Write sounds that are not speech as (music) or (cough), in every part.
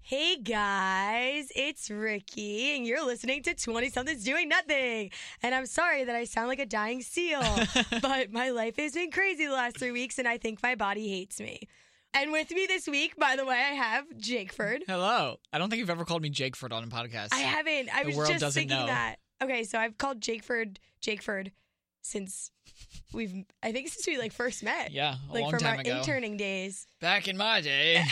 Hey guys, it's Ricky, and you're listening to 20 Something's Doing Nothing. And I'm sorry that I sound like a dying (laughs) seal, but my life has been crazy the last three weeks, and I think my body hates me. And with me this week, by the way, I have Jakeford. (laughs) Hello. I don't think you've ever called me Jakeford on a podcast. I haven't. I The was world just doesn't thinking know. that. Okay, so I've called Jakeford Jakeford since we've, I think since we like first met. Yeah, a like long from time our ago. interning days. Back in (laughs) my day,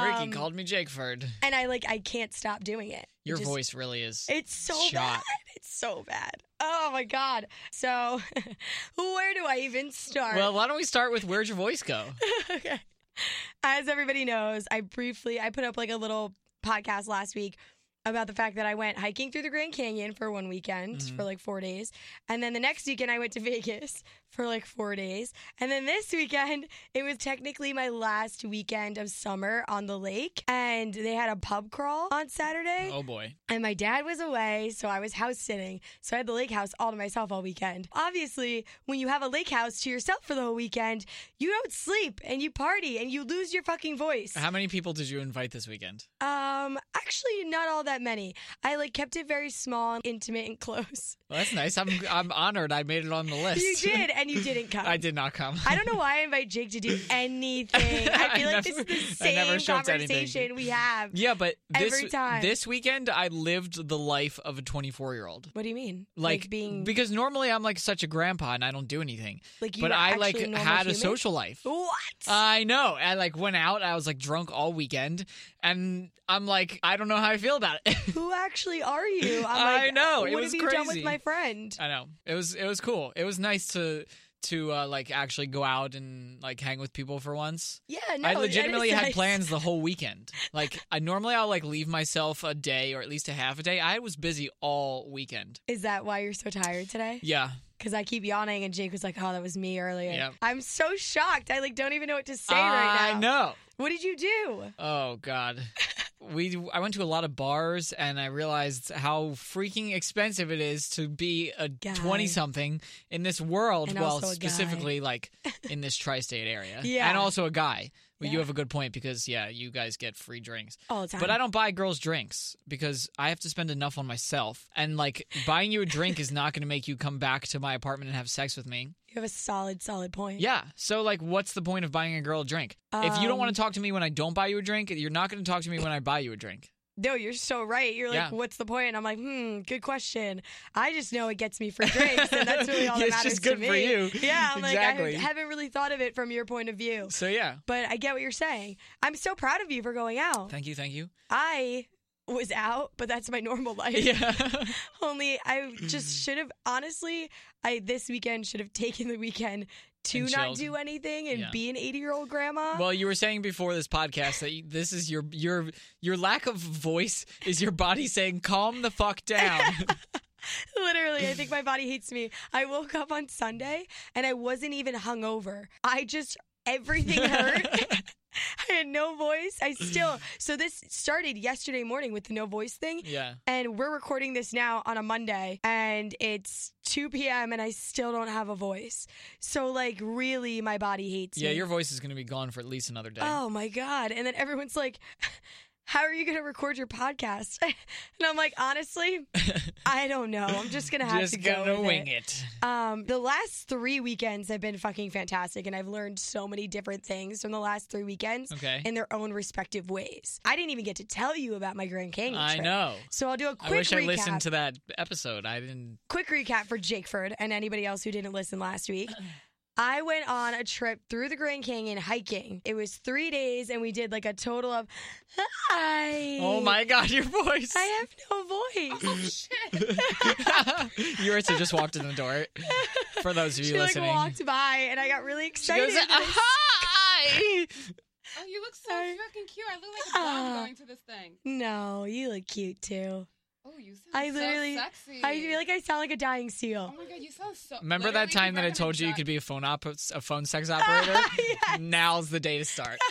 Ricky Um, called me Jakeford. And I like, I can't stop doing it. It Your just- voice really is. It's so shot. bad. It's so bad. Oh my god. So (laughs) where do I even start? Well, why don't we start with where'd your voice go? (laughs) okay. As everybody knows, I briefly I put up like a little podcast last week about the fact that I went hiking through the Grand Canyon for one weekend Mhm. for like 4 days, and then the next weekend I went to (laughs) Vegas for like 4 days, and then this weekend it was technically my last weekend of summer on the lake, and they had a pub crawl on Saturday. Oh boy. And my dad was away, so I was house sitting. So I had the lake house all to myself all weekend. Obviously, when you have a lake house to yourself for the whole weekend, you don't sleep and you party and you lose your fucking voice. How many people did you invite this weekend? Um, actually, not all that many. I like kept it very small and intimate and (laughs) close. Well, that's nice. I'm I'm honored I made it on the list. You did, and you didn't come. (laughs) I did not come. I don't know why I invite Jake to (laughs) do anything. I feel I like never- this is the (laughs) I same never showed to anything. conversation we have. yeah, but this Every time. this weekend I lived the life of a 24 year old. What do you mean? Like, being because normally I'm like such a grandpa and I don't do anything, like you but were I actually like a normal had a human? social Uh, life. What? I know. I like went out. I was like drunk all weekend, and I'm like, I don't know how I feel about it. (laughs) who actually are you? I'm I like, know, What it was have you done with crazy. my friend? I know. It was it was cool. It was nice to to uh, like actually go out and like hang with people for once. Yeah, no. I that legitimately is had nice. plans the whole weekend. Like I normally I'll like leave myself a day or at least a half a day. I was busy all weekend. (laughs) Is that why you're so tired today? Yeah. Because I keep yawning, and Jake was like, "Oh, that was me earlier." Yep. I'm so shocked. I like don't even know what to say right now. I know. What did you do? Oh God. We I went to a lot of bars and I realized how freaking expensive it is to be a Guy. twenty something in this world. And well, also a guy. specifically like in this tri-state area. (laughs) Yeah. and also a guy. Well, Yeah. you have a good point because yeah, you guys get free drinks. All the time. But I don't buy girls drinks because I have to spend enough on myself. And like buying you a drink is not going to make you come back to my apartment and have sex with me. You have a solid, solid point. Yeah. So like what's the point of buying a girl a drink? if you don't want Um, to talk to me when I don't buy you a drink, you're not going to talk to me when I buy you a (laughs) drink. No, you're so right. You're like, Yeah. "What's the point?" I'm like, "Hmm, good question." I just know it gets me free drinks, and that's (laughs) really all that It's matters just good to me. for you. Yeah, I'm like, Exactly. I haven't really thought of it from your point of view, So yeah. but I get what you're saying. I'm so proud of you for going out. Thank you, thank (laughs) you. I was out, but that's my normal life. Yeah. (laughs) Only I just should have honestly, I this weekend should have taken the weekend to not And chilled. do anything and Yeah. be an 80 year old grandma. well, you were saying before this podcast that you- this is your your your lack of voice is your body saying calm the (laughs) fuck down. (laughs) Literally, I think my body hates me. I woke up on Sunday and I wasn't even hungover. I just (laughs) everything hurt. (laughs) I had no voice. I still so this started yesterday morning with the no voice thing. yeah. And we're recording this now on a Monday, and it's 2 p.m., and I still don't have a voice. So, like, really, my body hates Yeah, me. your voice is going to be gone for at least another day. Oh my God. And then everyone's like, (laughs) How are you going to record your podcast? (laughs) and I'm like, (laughs) Honestly, I don't know. I'm just going to have Just to go. gonna with wing it. it. Um, the last three weekends have been fucking fantastic, and I've learned so many different things from the last three weekends Okay. in their own respective ways. I didn't even get to tell you about my Grand Canyon. I trip. know. So I'll do a quick I wish recap. I listened to that episode. I didn't. quick recap for Jakeford and anybody else who didn't listen last week. I went on a trip through the Grand Canyon hiking. It was three days, and we did like a total of. Hi. Oh my god, your voice. I have no voice. (laughs) Oh shit! Yurita just walked in the door. For those of you she like listening, walked by, and I got really she excited. goes, "Ah." and I "Hi!" Oh, you look so Sorry. fucking cute. I look like a blonde Ah. going to this thing. (laughs) No, you look cute too. Oh, you sound I so literally- sexy. I feel like I sound like a dying Oh seal. my god, you sound so. Remember that (laughs) time that I told you you could be a phone op- a phone sex operator? Yes. (laughs) Now's the day to start. (laughs)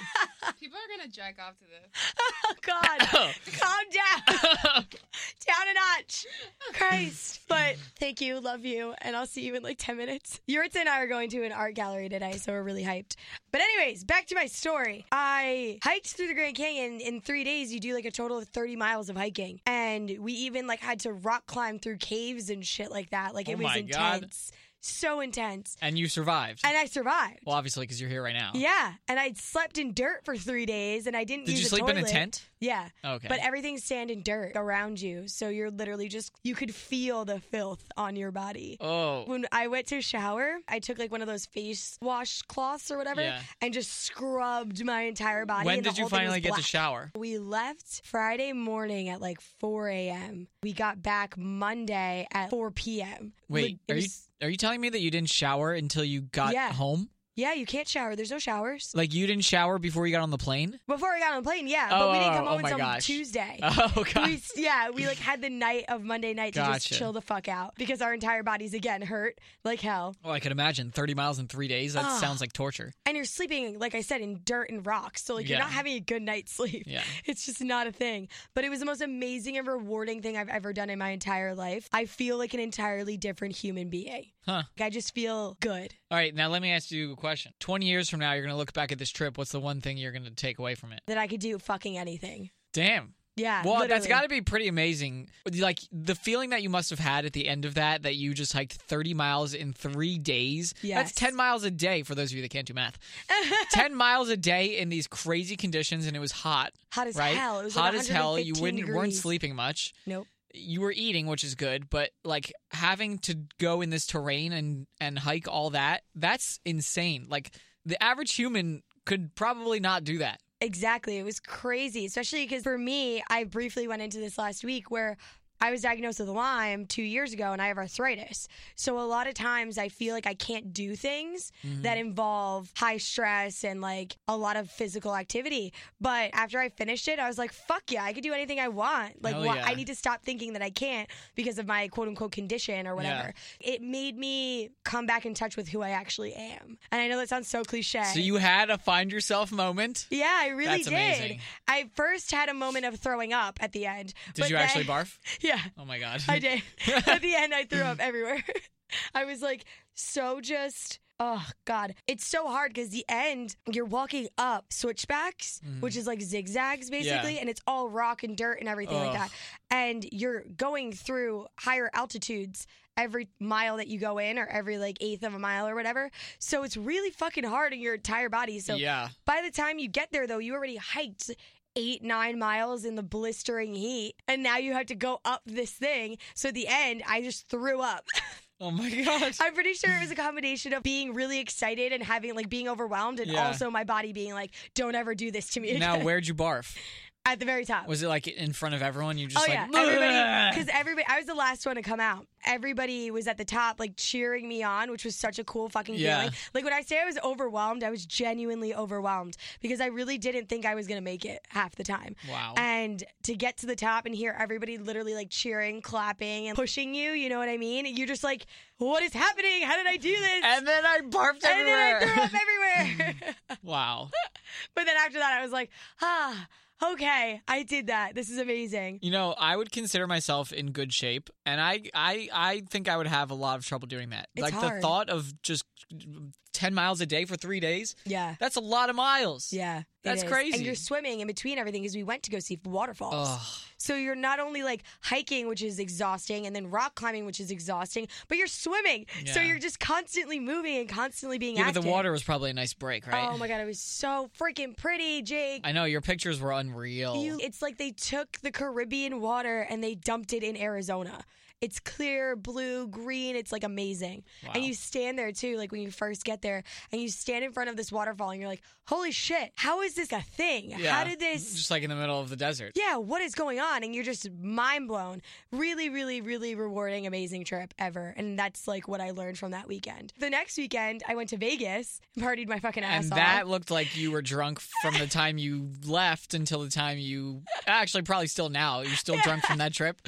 People are gonna jack off to this. Oh God. (laughs) Calm down. Down a notch. Christ. But thank you. Love you. And I'll see you in like 10 minutes. Yuritsa and I are going to an art gallery today, so we're really hyped. But, anyways, back to my story. I hiked through the Grand Canyon. In three days, you do like a total of 30 miles of hiking. And we even like had to rock climb through caves and shit like that. Like, Oh it was my God. intense. So intense. and you survived. And I survived. well, obviously, because you're here right now. Yeah, and I'd slept in dirt for three days, and I didn't. Did use you sleep in a toilet. tent? Yeah, Okay. but everything's sand and dirt around you, so you're literally just you could feel the filth on your body. oh, When I went to shower, I took like one of those face wash cloths or whatever, Yeah. and just scrubbed my entire body. when and the did you whole thing finally was get to black. shower? We left Friday morning at like 4 a.m. We got back Monday at 4 p.m. Wait, It are you was- are you telling me that you didn't shower until you got Yeah. home? Yeah, you can't shower. There's no showers. Like you didn't shower before you got on the plane? Before I got on the plane, yeah, Oh, but we didn't come oh, home my until gosh. Tuesday. (laughs) Oh god. we, yeah, we like had the night of Monday night to Gotcha. just chill the fuck out because our entire bodies again hurt like hell. Oh, I could imagine. Thirty miles in three days. That Ah. sounds like torture. And you're sleeping, like I said, in dirt and rocks. So like you're Yeah. not having a good night's sleep. Yeah. (laughs) It's just not a thing. But it was the most amazing and rewarding thing I've ever done in my entire life. I feel like an entirely different human being. Huh. Like I just feel good. All right, now let me ask you a question. Twenty years from now, you're gonna look back at this trip. What's the one thing you're gonna take away from it? That I could do fucking anything. Damn. Yeah. Well, Uh, that's literally. got to be pretty amazing. Like the feeling that you must have had at the end of that, that you just hiked 30 miles in three days. Yes. That's 10 miles a day for those of you that can't (laughs) do math. 10 miles a day in these crazy conditions, and it was hot, hot as right? hell. It was hot like as hell. You 115 wouldn't, weren't degrees. sleeping much. Nope. You were eating, which is good, but like having to go in this terrain and, and hike all that, that's insane. Like the average human could probably not do that. Exactly. It was crazy, especially because for me, I briefly went into this last week where I was diagnosed with Lyme two years ago and I have arthritis. So a lot of times I feel like I can't do things Mm-hmm. that involve high stress and like a lot of physical activity. But after I finished it, I was like, fuck yeah, I could do anything I want. Like, Hell why- yeah. I need to stop thinking that I can't because of my quote unquote condition or whatever. It made me come back in touch with who I actually am. And I know that sounds so cliche. So you had a find yourself moment. Yeah, I really That's did. amazing. I first had a moment of throwing up at the end. (laughs) Did but you actually then- barf? Yeah, Oh my god. I (laughs) did. (laughs) at the end, I threw up everywhere. (laughs) I was like, so just. Oh God, it's so hard because the end you're walking up switchbacks, Mm-hmm. which is like zigzags basically, and it's all rock and dirt and everything like Ugh. that. And you're going through higher altitudes every mile that you go in, or every like eighth of a mile or whatever. So it's really fucking hard in your entire body. So yeah. by the time you get there, though, you already hiked eight, nine miles in the blistering heat, and now you have to go up this thing. So at the end, I just threw up. (laughs) Oh my god. I'm pretty sure it was a combination of being really excited and having like being overwhelmed, and Yeah. also my body being like, "Don't ever do this to me." (laughs) Now, again," where'd you barf? at the very top. Was it like in front of everyone? You just oh like yeah, everybody, "Bleh." because everybody, I was the last one to come out. Everybody was at the top, like cheering me on, which was such a cool fucking Yeah. feeling. Like when I say I was overwhelmed, I was genuinely overwhelmed because I really didn't think I was gonna make it half the time. Wow. And to get to the top and hear everybody literally like cheering, clapping, and pushing you, you know what I mean? You're just like, what is happening? How did I do this? And then I And barfed then everywhere. I threw up everywhere. (laughs) (laughs) wow. but then after that, I was like, ah, okay, I did that. This is amazing. You know, I would consider myself in good shape, and I, I, I think I would have a lot of trouble doing that. It's like the hard. thought of just ten miles a day for three days. Yeah. That's a lot of miles. Yeah. it That's is. crazy. And you're swimming in between everything because we went to go see waterfalls. Ugh. So you're not only like hiking, which is exhausting, and then rock climbing, which is exhausting, but you're swimming. So Yeah. you're just constantly moving and constantly being Yeah, but active. the water was probably a nice break, right? Oh my god, it was so freaking pretty, Jake. I know your pictures were unreal. You- it's like they took the Caribbean water and they dumped it in Arizona. It's clear, blue, green. It's like amazing. Wow. And you stand there too, like when you first get there, and you stand in front of this waterfall and you're like, holy shit, how is this a thing? yeah. How did this. Just like in the middle of the desert. Yeah, what is going on? And you're just mind blown. Really, really, really rewarding, amazing trip ever. And that's like what I learned from that weekend. The next weekend, I went to Vegas and partied my fucking ass And off. that looked like you were drunk from the time you left until the time you actually probably (laughs) still now. You're still drunk from that trip.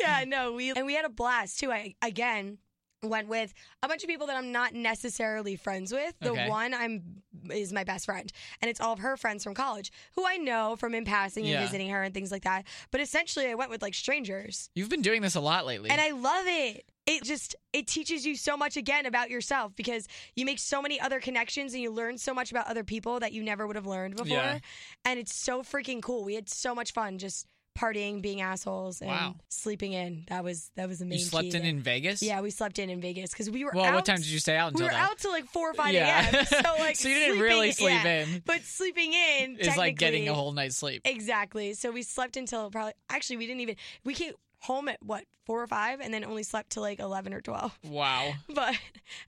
Yeah, no, we and we had a blast too. I again went with a bunch of people that I'm not necessarily friends with. The Okay. one I'm is my best friend, and it's all of her friends from college who I know from in passing Yeah. and visiting her and things like that. But essentially, I went with like strangers, You've been doing this a lot lately. and I love it. It just it teaches you so much again about yourself because you make so many other connections and you learn so much about other people that you never would have learned before. Yeah. And it's so freaking cool. We had so much fun just partying, being assholes, and Wow. sleeping in. That was that was the main. you slept key in there. in Vegas. Yeah, we slept in in Vegas because we were. Well, out, what time did you stay out We until were then? out till like four or five yeah. a.m. (laughs) So like, you didn't really sleep sleeping- yeah. in. But sleeping in It's like getting a technically- whole night's sleep. Exactly. So we slept until probably. Actually, we didn't even. We came home at what four or five, and then only slept till like eleven or twelve. (laughs) Wow. But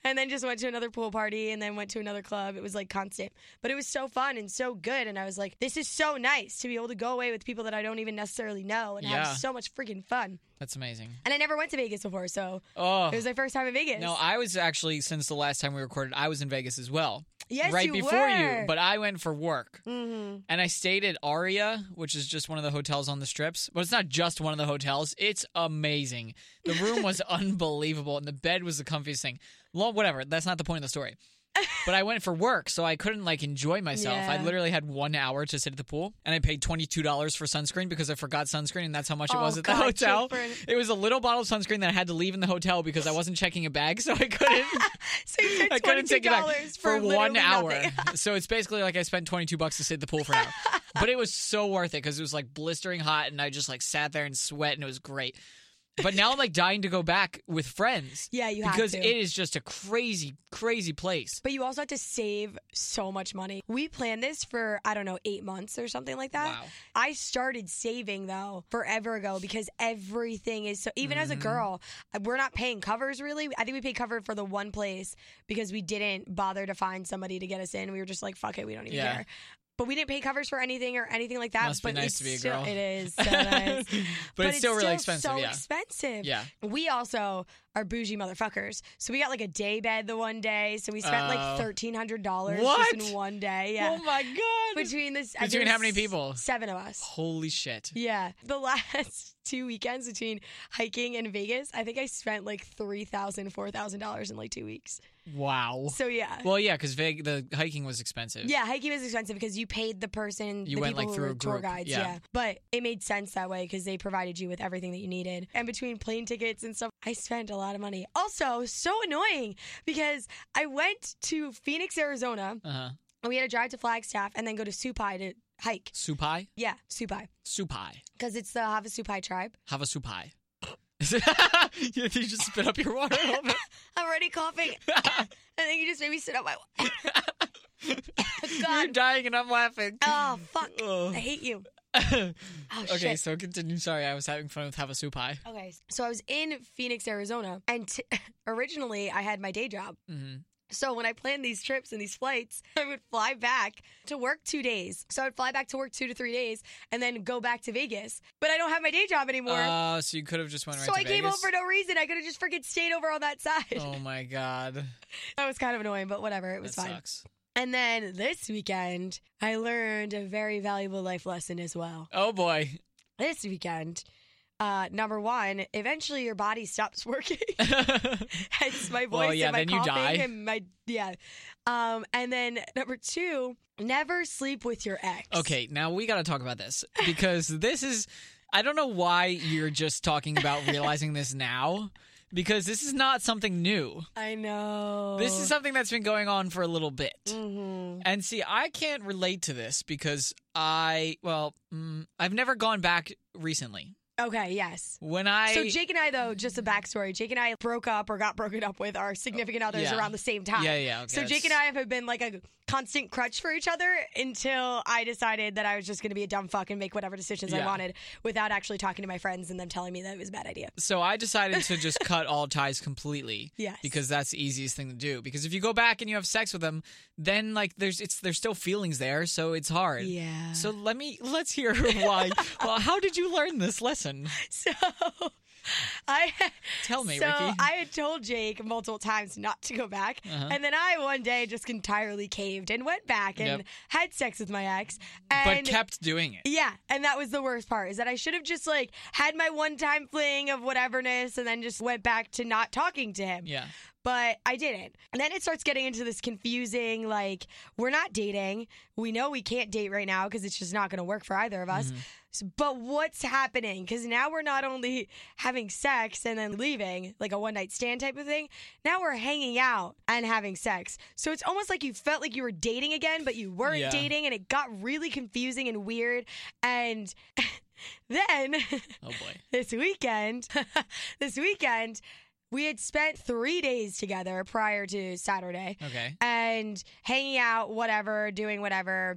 and then just went to another pool party, and then went to another club. It was like constant, but it was so fun and so good. And I was like, this is so nice to be able to go away with people that I don't even necessarily know and Yeah. have so much freaking fun. That's amazing. And I never went to Vegas before, so Oh. it was my first time in Vegas. No, I was actually since the last time we recorded, I was in Vegas as well. yes, right you before were. you, but I went for work. Mm-hmm. And I stayed at Aria, which is just one of the hotels on the strips. But it's not just one of the hotels. It's amazing. The (laughs) room was unbelievable and the bed was the comfiest thing. Well, whatever, that's not the point of the story. But I went for work, so I couldn't like enjoy myself. I Yeah. literally had one hour to sit at the pool and I paid twenty two dollars for sunscreen because I forgot sunscreen and that's how much it Oh, was at the God, hotel. Chilford. It was a little bottle of sunscreen that I had to leave in the hotel because I wasn't checking a bag, so (laughs) I couldn't (laughs) So you (laughs) I paid couldn't twenty take two it back dollars for, for, one literally hour. nothing. so it's basically like I spent 22 bucks to sit at the pool for an hour. but it was so worth it because it was like blistering hot and I just like sat there and sweat and it was great. But now I'm like dying to go back with friends (laughs) Yeah, you have because to. it is just a crazy, (laughs) crazy place. but you also have to save so much money. We planned this for I don't know eight months or something like that. Wow. I started saving though forever ago because everything is so. Even as a Mm-hmm. girl, we're not paying covers really. I think we paid cover for the one place because we didn't bother to find somebody to get us in. We were just like, fuck it, we don't even Yeah. care. But we didn't pay covers for anything or anything like that. Must be but nice it's to be a still- girl. it is (laughs) so nice. but, it's still really expensive. So yeah. expensive. Yeah. We also are bougie motherfuckers. So we got like a day bed the one day. So we spent Oh. like thirteen hundred dollars just What? in one day. Yeah. Oh my god. between this Between how many people? Seven of us. Holy shit. Yeah. The last (laughs) two weekends between hiking and Vegas, I think I spent like three thousand, four thousand dollars in like two weeks. Wow. So yeah. Well, yeah, because the hiking was expensive. yeah, hiking was expensive because you paid the person, You the went, people like, who through were a tour group, guides. yeah. but it made sense that way because they provided you with everything that you needed. And between plane tickets and stuff, I spent a lot of money. Also, so annoying because I went to Phoenix, Arizona, Uh huh. and we had to drive to Flagstaff and then go to Supai to hike. Supai? Yeah, Supai Supai. because it's the Havasupai tribe. Have a soup pie. you (laughs) you just spit up your water a little (laughs) bit. I'm already (laughs) coughing. I think you just made me sit up my. You're God. dying and I'm laughing. Oh (laughs) fuck! Ugh. I hate you. Oh okay, shit. so continue. Sorry, I was having fun with have a soup pie. Okay, so I was in Phoenix, Arizona, and t- (laughs) originally I had my day job. hmm So when I planned these trips and these flights, (laughs) I would fly back to work two days. So I'd fly back to work two to three days and then go back to Vegas. But I don't have my day job anymore. Uh, so you could have just went right so to I came home Vegas. for no reason. I could have just freaking stayed over on that (laughs) side. Oh my god, it That was kind of annoying, but whatever. It was that fine. sucks. And then this weekend, I learned a very valuable life lesson as well. Oh boy, (laughs) This weekend, uh, number one, eventually your body stops (laughs) working. (laughs) Hence my voice Well, yeah, and my then you coughing die. and my yeah. Um, and then number two, never sleep with your ex. Okay, now we got to talk about this because this is. I don't know why you're just (laughs) talking about realizing this now because this is not something new. I know. This is something that's been going on for a little bit. Mhm. And see, I can't relate to this because I, well, mm, I've never gone back recently. okay. Yes. When I, so Jake and I, though, just a backstory. Jake and I broke up or got broken up with our significant others Yeah. around the same yeah, time. yeah, yeah, okay, So Jake and that's- I have been like a constant crutch for each other until I decided that I was just going to be a dumb fuck and make whatever decisions Yeah. I wanted without actually talking to my friends and them telling me that it was a bad idea. So I decided (laughs) to just cut all ties completely. Yes. Because that's the easiest thing to do. Because if you go back and you have sex with them, then like there's it's there's still feelings there, so it's hard. Yeah. (laughs) So let me let's hear why. well, how did you learn this lesson? (laughs) So I (laughs) Tell me, so Ricky. Uh-huh. I had told Jake multiple times not to go back, and then I one day just entirely caved and went back and Yep. had sex with my ex. but And kept doing it. yeah, and that was the worst part is that I should have just like had my one time fling of whateverness and then just went back to not talking to him. Yeah. But I didn't. And then it starts getting into this confusing like, we're not dating. We know we can't date right now because it's just not going to work for either of us. So- but what's happening? Because now we're not only having sex and then leaving, like a one night stand type of thing, now we're hanging out and having sex. So it's almost like you felt like you were dating again, but you weren't Yeah. dating. And it got really confusing and weird. And (laughs) then (laughs) Oh boy. this weekend, (laughs) this weekend, we had spent three days together prior to Saturday Okay. and hanging out, whatever, doing whatever,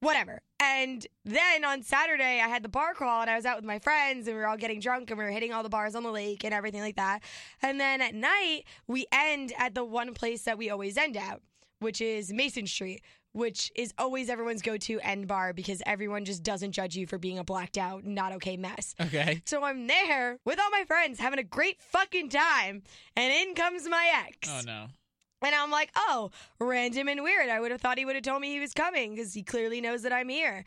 whatever. And then on Saturday, I had the bar crawl and I was out with my friends and we were all getting drunk and we were hitting all the bars on the lake and everything like that. And then at night, we end at the one place that we always end at, which is Mason Street. Which is always everyone's go to end bar because everyone just doesn't judge you for being a blacked out, not okay mess. Okay. So I'm there with all my friends having a great fucking time, and in comes my ex. Oh no. And I'm like, oh, random and weird. I would have thought he would have told me he was coming because he clearly knows that I'm here.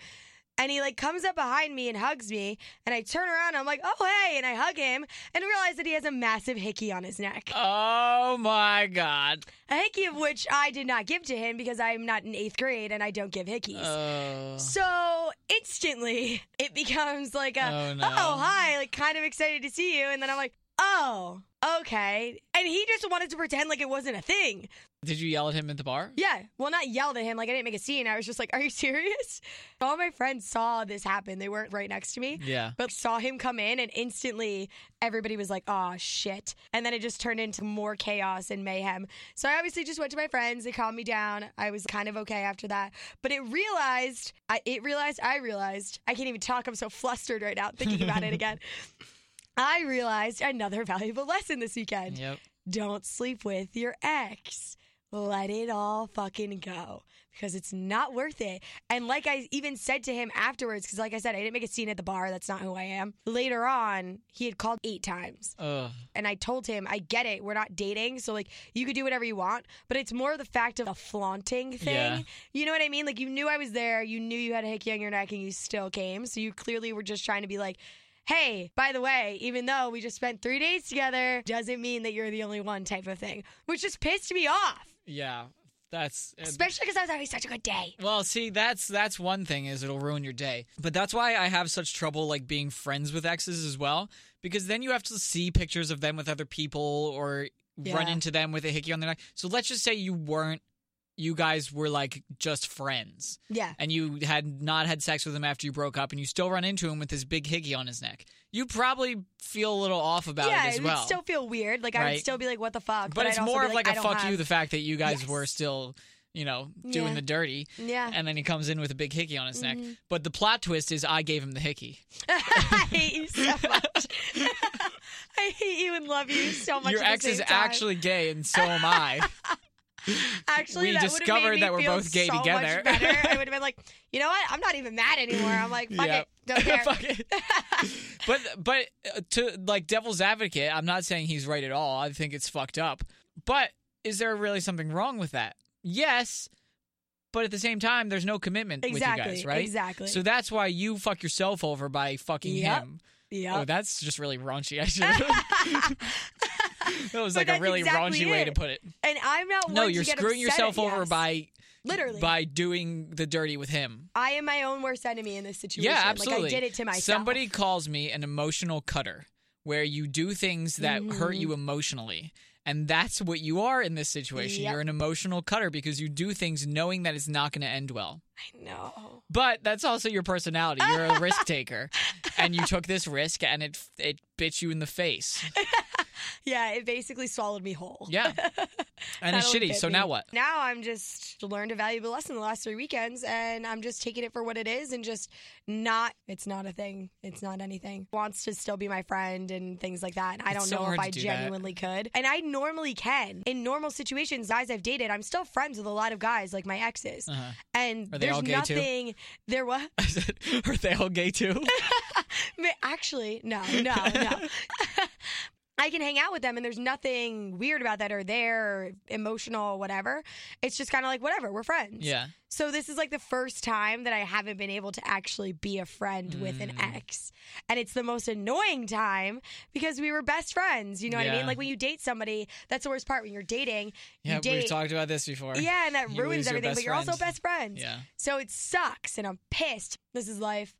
And he like comes up behind me and hugs me, and I turn around. I'm like, oh hey, and I hug him and realize that he has a massive hickey on his neck, Oh my god. a hickey of which I did not give to him because I'm not in eighth grade and I don't give hickeys. Oh. So instantly (laughs) it becomes like a Oh, oh, no. hi, like kind of excited to see you, and then I'm like, oh, okay. And he just wanted to pretend like it wasn't a thing. Did you yell at him at the bar? Yeah. Well not yelled at him, like I didn't make a scene. I was just like, Are you serious? All my friends saw this happen. They weren't right next to me. Yeah. But saw him come in and instantly everybody was like, Oh shit. And then it just turned into more chaos and mayhem. So I obviously just went to my friends, they calmed me down. I was kind of okay after that. But it realized I it realized I realized I can't even talk, I'm so flustered right now thinking about it again. I realized another valuable lesson this weekend Yep. don't sleep with your ex. Let it all fucking go because it's not worth it. And like I even said to him afterwards, because like I said, I didn't make a scene at the bar. That's not who I am. Later on, he had called eight times. Ugh. And I told him, I get it. We're not dating. So, like, you could do whatever you want. But it's more the fact of a flaunting thing. Yeah. You know what I mean? Like, you knew I was there. You knew you had a hickey on your neck and you still came. So, you clearly were just trying to be like, hey, by the way, even though we just spent three days together, doesn't mean that you're the only one type of thing, which just pissed me off. Yeah. That's uh, Especially because I was having such a good day. Well, see, that's that's one thing is it'll ruin your day. But that's why I have such trouble like being friends with exes as well, because then you have to see pictures of them with other people or run Yeah. into them with a hickey on their neck. So let's just say you weren't you guys were like just friends Yeah. and you had not had sex with him after you broke up and you still run into him with this big hickey on his neck. You probably feel a little off about yeah, it as it well. would still feel weird. Like, I Right. would still be like, what the fuck? but, it's I'd also more be of like, I a don't fuck have- you the fact that you guys Yes. were still, you know, doing Yeah. Uh. Mm-hmm. the dirty. (laughs) (laughs) Yeah. (laughs) and then he comes in with a big hickey on his neck. But the plot twist is I gave him the hickey. I hate you (laughs) so much. I hate you and love you so much. (laughs) Your at the ex is same time. actually gay, and (laughs) so am I. Actually, we that would've discovered made me that we're feel both gay so much together. better. I would (laughs) have been like, you know what? I'm not even mad anymore. I'm like, fuck Yeah. it, don't care. (laughs) Fuck it. but but uh, to like devil's advocate, I'm not saying he's right at all. I think it's fucked up. But is there really something wrong with that? Yes. But at the same time, there's no commitment Exactly, with you guys, right? exactly. So that's why you fuck yourself over by fucking Yep, him. Yeah. Oh, that's just really raunchy. (laughs) (laughs) I should. that was But like a that's really exactly raunchy way it. to put it. and I'm not. No, one you're to get screwing upset at- yourself over yes. by literally. by doing the dirty with him. I am my own worst enemy in this situation. Yeah, absolutely. Like I did it to myself. Somebody calls me an emotional cutter, where you do things that hurt Mhm. you emotionally. And that's what you are in this situation. Yep. You're an emotional cutter because you do things knowing that it's not going to end well. I know. But that's also your personality. You're (laughs) a risk taker, and you took this risk, and it it bit you in the face. Yeah, it basically swallowed me whole. (laughs) Yeah, and it's That'll shitty. get So me. now what? Now I'm just learned a valuable lesson the last three weekends, and I'm just taking it for what it is, and just not. It's not a thing. It's not anything. Wants to still be my friend and things like that. And I It's don't so know hard if to I do that. genuinely could, and I normally can. In normal situations, guys I've dated, I'm still friends with a lot of guys, like my exes, Uh-huh. and Are they there's all gay too? nothing. There was (laughs) I said, Are they all gay too? Ma- Actually, no, no, no. I can hang out with them and there's nothing weird about that or there or emotional, whatever. It's just kind of like, whatever, we're friends. (laughs) Yeah. So this is like the first time that I haven't been able to actually be a friend with an Mm. ex. And it's the most annoying time because we were best friends. You know what I Yeah. mean? Like when you date somebody, that's the worst part when you're dating. you Yeah, we've date- talked about this before. Yeah, and that You lose ruins your everything, best but you're also friend. best friends. Yeah. So it sucks and I'm pissed. This is life.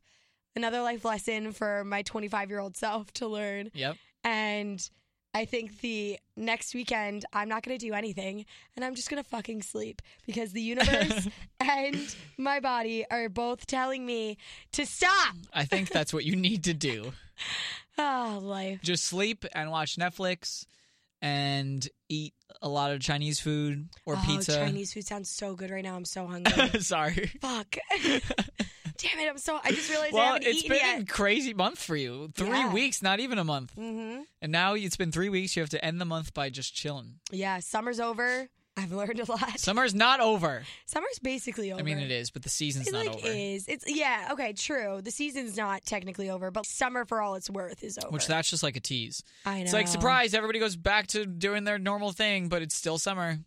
Another life lesson for my 25 year old self to learn. Yep. And I think the next weekend, I'm not going to do anything and I'm just going to fucking sleep because the (laughs) universe and my body are both telling me to stop. I think that's what you need to do. Oh, life. Just sleep and watch Netflix and eat a lot of Chinese food or oh, pizza. Chinese food sounds so good right now. I'm so hungry. (laughs) Sorry. Fuck. (laughs) Damn it. I'm so, I just realized I Well, haven't it's eaten been yet. a crazy month for you. Three Yeah. weeks, not even a month. mm-hmm. And now it's been three weeks. You have to end the month by just chilling. Yeah, summer's over. I've learned a lot. (laughs) Summer's not over. Summer's basically over. I mean, it is, but the season's It not like over. is. It's yeah. Okay, true. The season's not technically over, but summer for all it's worth is over. Which that's just like a tease. I know. It's like surprise, everybody goes back to doing their normal thing, but it's still (laughs) summer.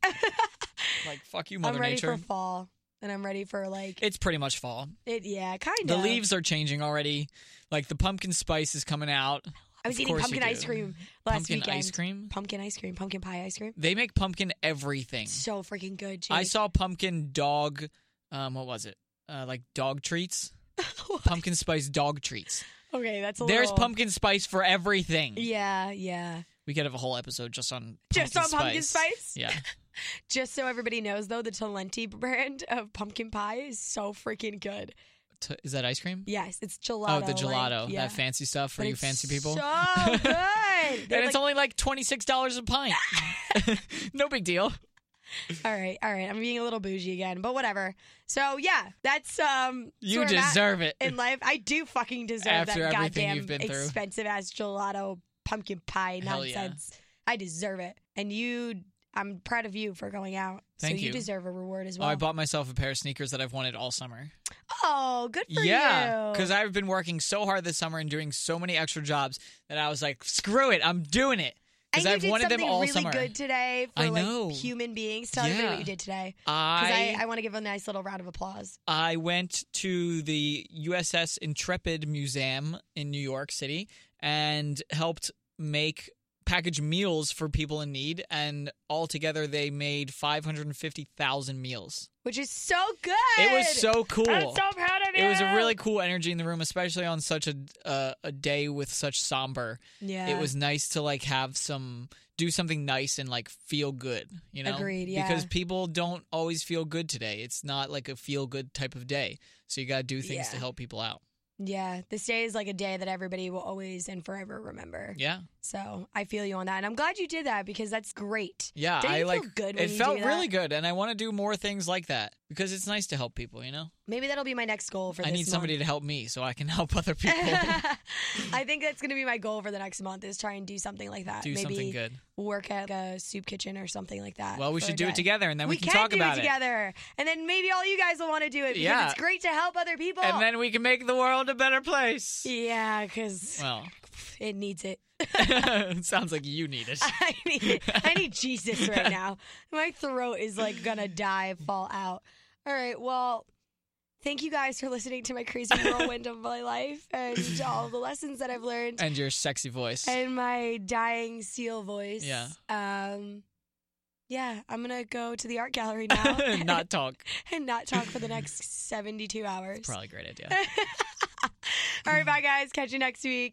like fuck you, Mother I'm ready Nature. for fall, and I'm ready for like it. it's pretty much fall. yeah, kind of. The leaves are changing already. Like the pumpkin spice is coming out. I was of eating course you pumpkin ice do. cream last pumpkin weekend. ice cream. Pumpkin ice cream. Pumpkin pie ice cream. They make pumpkin everything. So freaking good. Jake. I saw pumpkin dog. Um, what was it? Uh, like dog treats. (laughs) pumpkin spice dog treats. okay, that's a There's little- pumpkin spice for everything. Yeah, yeah. We could have a whole episode just on Just on pumpkin spice? (laughs) Yeah, Just so everybody knows, though, the Talenti (laughs) brand of pumpkin pie is so freaking good. T- is that ice cream? Yes, it's gelato. Oh, the gelato, like, yeah. that fancy stuff for But you it's fancy people. (laughs) So good. They and have, it's like- only like twenty six dollars a pint. (laughs) no big deal. all right, all right. I'm being a little bougie again, but whatever. So yeah, that's um. You sort of that deserve it. in life. I do fucking deserve After that everything goddamn you've been through. expensive ass gelato pumpkin pie Hell yeah. nonsense. I deserve it, and you. I'm proud of you for going out. Thank so you. you. deserve a reward as Oh, well. I bought myself a pair of sneakers that I've wanted all summer. oh, good for yeah, you. because I've been working so hard this summer and doing so many extra jobs that I was like, screw it, I'm doing it. And Because you I've did wanted them something all really summer. good today for I know. like human beings. Tell everybody Yeah. what you did today. Because I, I, I want to give a nice little round of applause. I went to the USS Intrepid Museum in New York City and helped make package meals for people in need and altogether they made 550,000 meals. which is so good. It was so cool. I'm so proud of you. it was a really cool energy in the room especially on such a uh, a day with such somber. yeah. It was nice to like have some do something nice and like feel good, you know? Agreed, yeah. Because people don't always feel good today. It's not like a feel good type of day. So you got to do things to Yeah. help people out. yeah. This day is like a day that everybody will always and forever remember. Yeah. So I feel you on that, and I'm glad you did that because that's great. Yeah, Don't you I feel like good when it you felt do that? really good and I want to do more things like that because it's nice to help people, you know? Maybe that'll be my next goal for I this need somebody to help me so I can (laughs) help other people (laughs) I think that's gonna be my goal for the next month is try and do something like that. do Maybe something good. work at a soup kitchen or something like that. Well, we for should a do it day. together and then we, we can, talk do about it together, and then maybe all you guys will want to do it because Yeah. it's great to help other people. And then we can make the world a better place. Oh. yeah, because Well, (laughs) it needs it. (laughs) it sounds like you need it. I need I (laughs) need Jesus right now. My throat is like gonna die, fall out. All right, well, thank you guys for listening to my crazy whirlwind of my life and all the lessons that I've learned And your sexy voice. (laughs) and my dying seal voice. Yeah. Um yeah, I'm gonna go to the art (laughs) gallery now not talk. (laughs) and not talk for the next 72 hours. Probably a great idea. All right, bye guys. Catch you next week.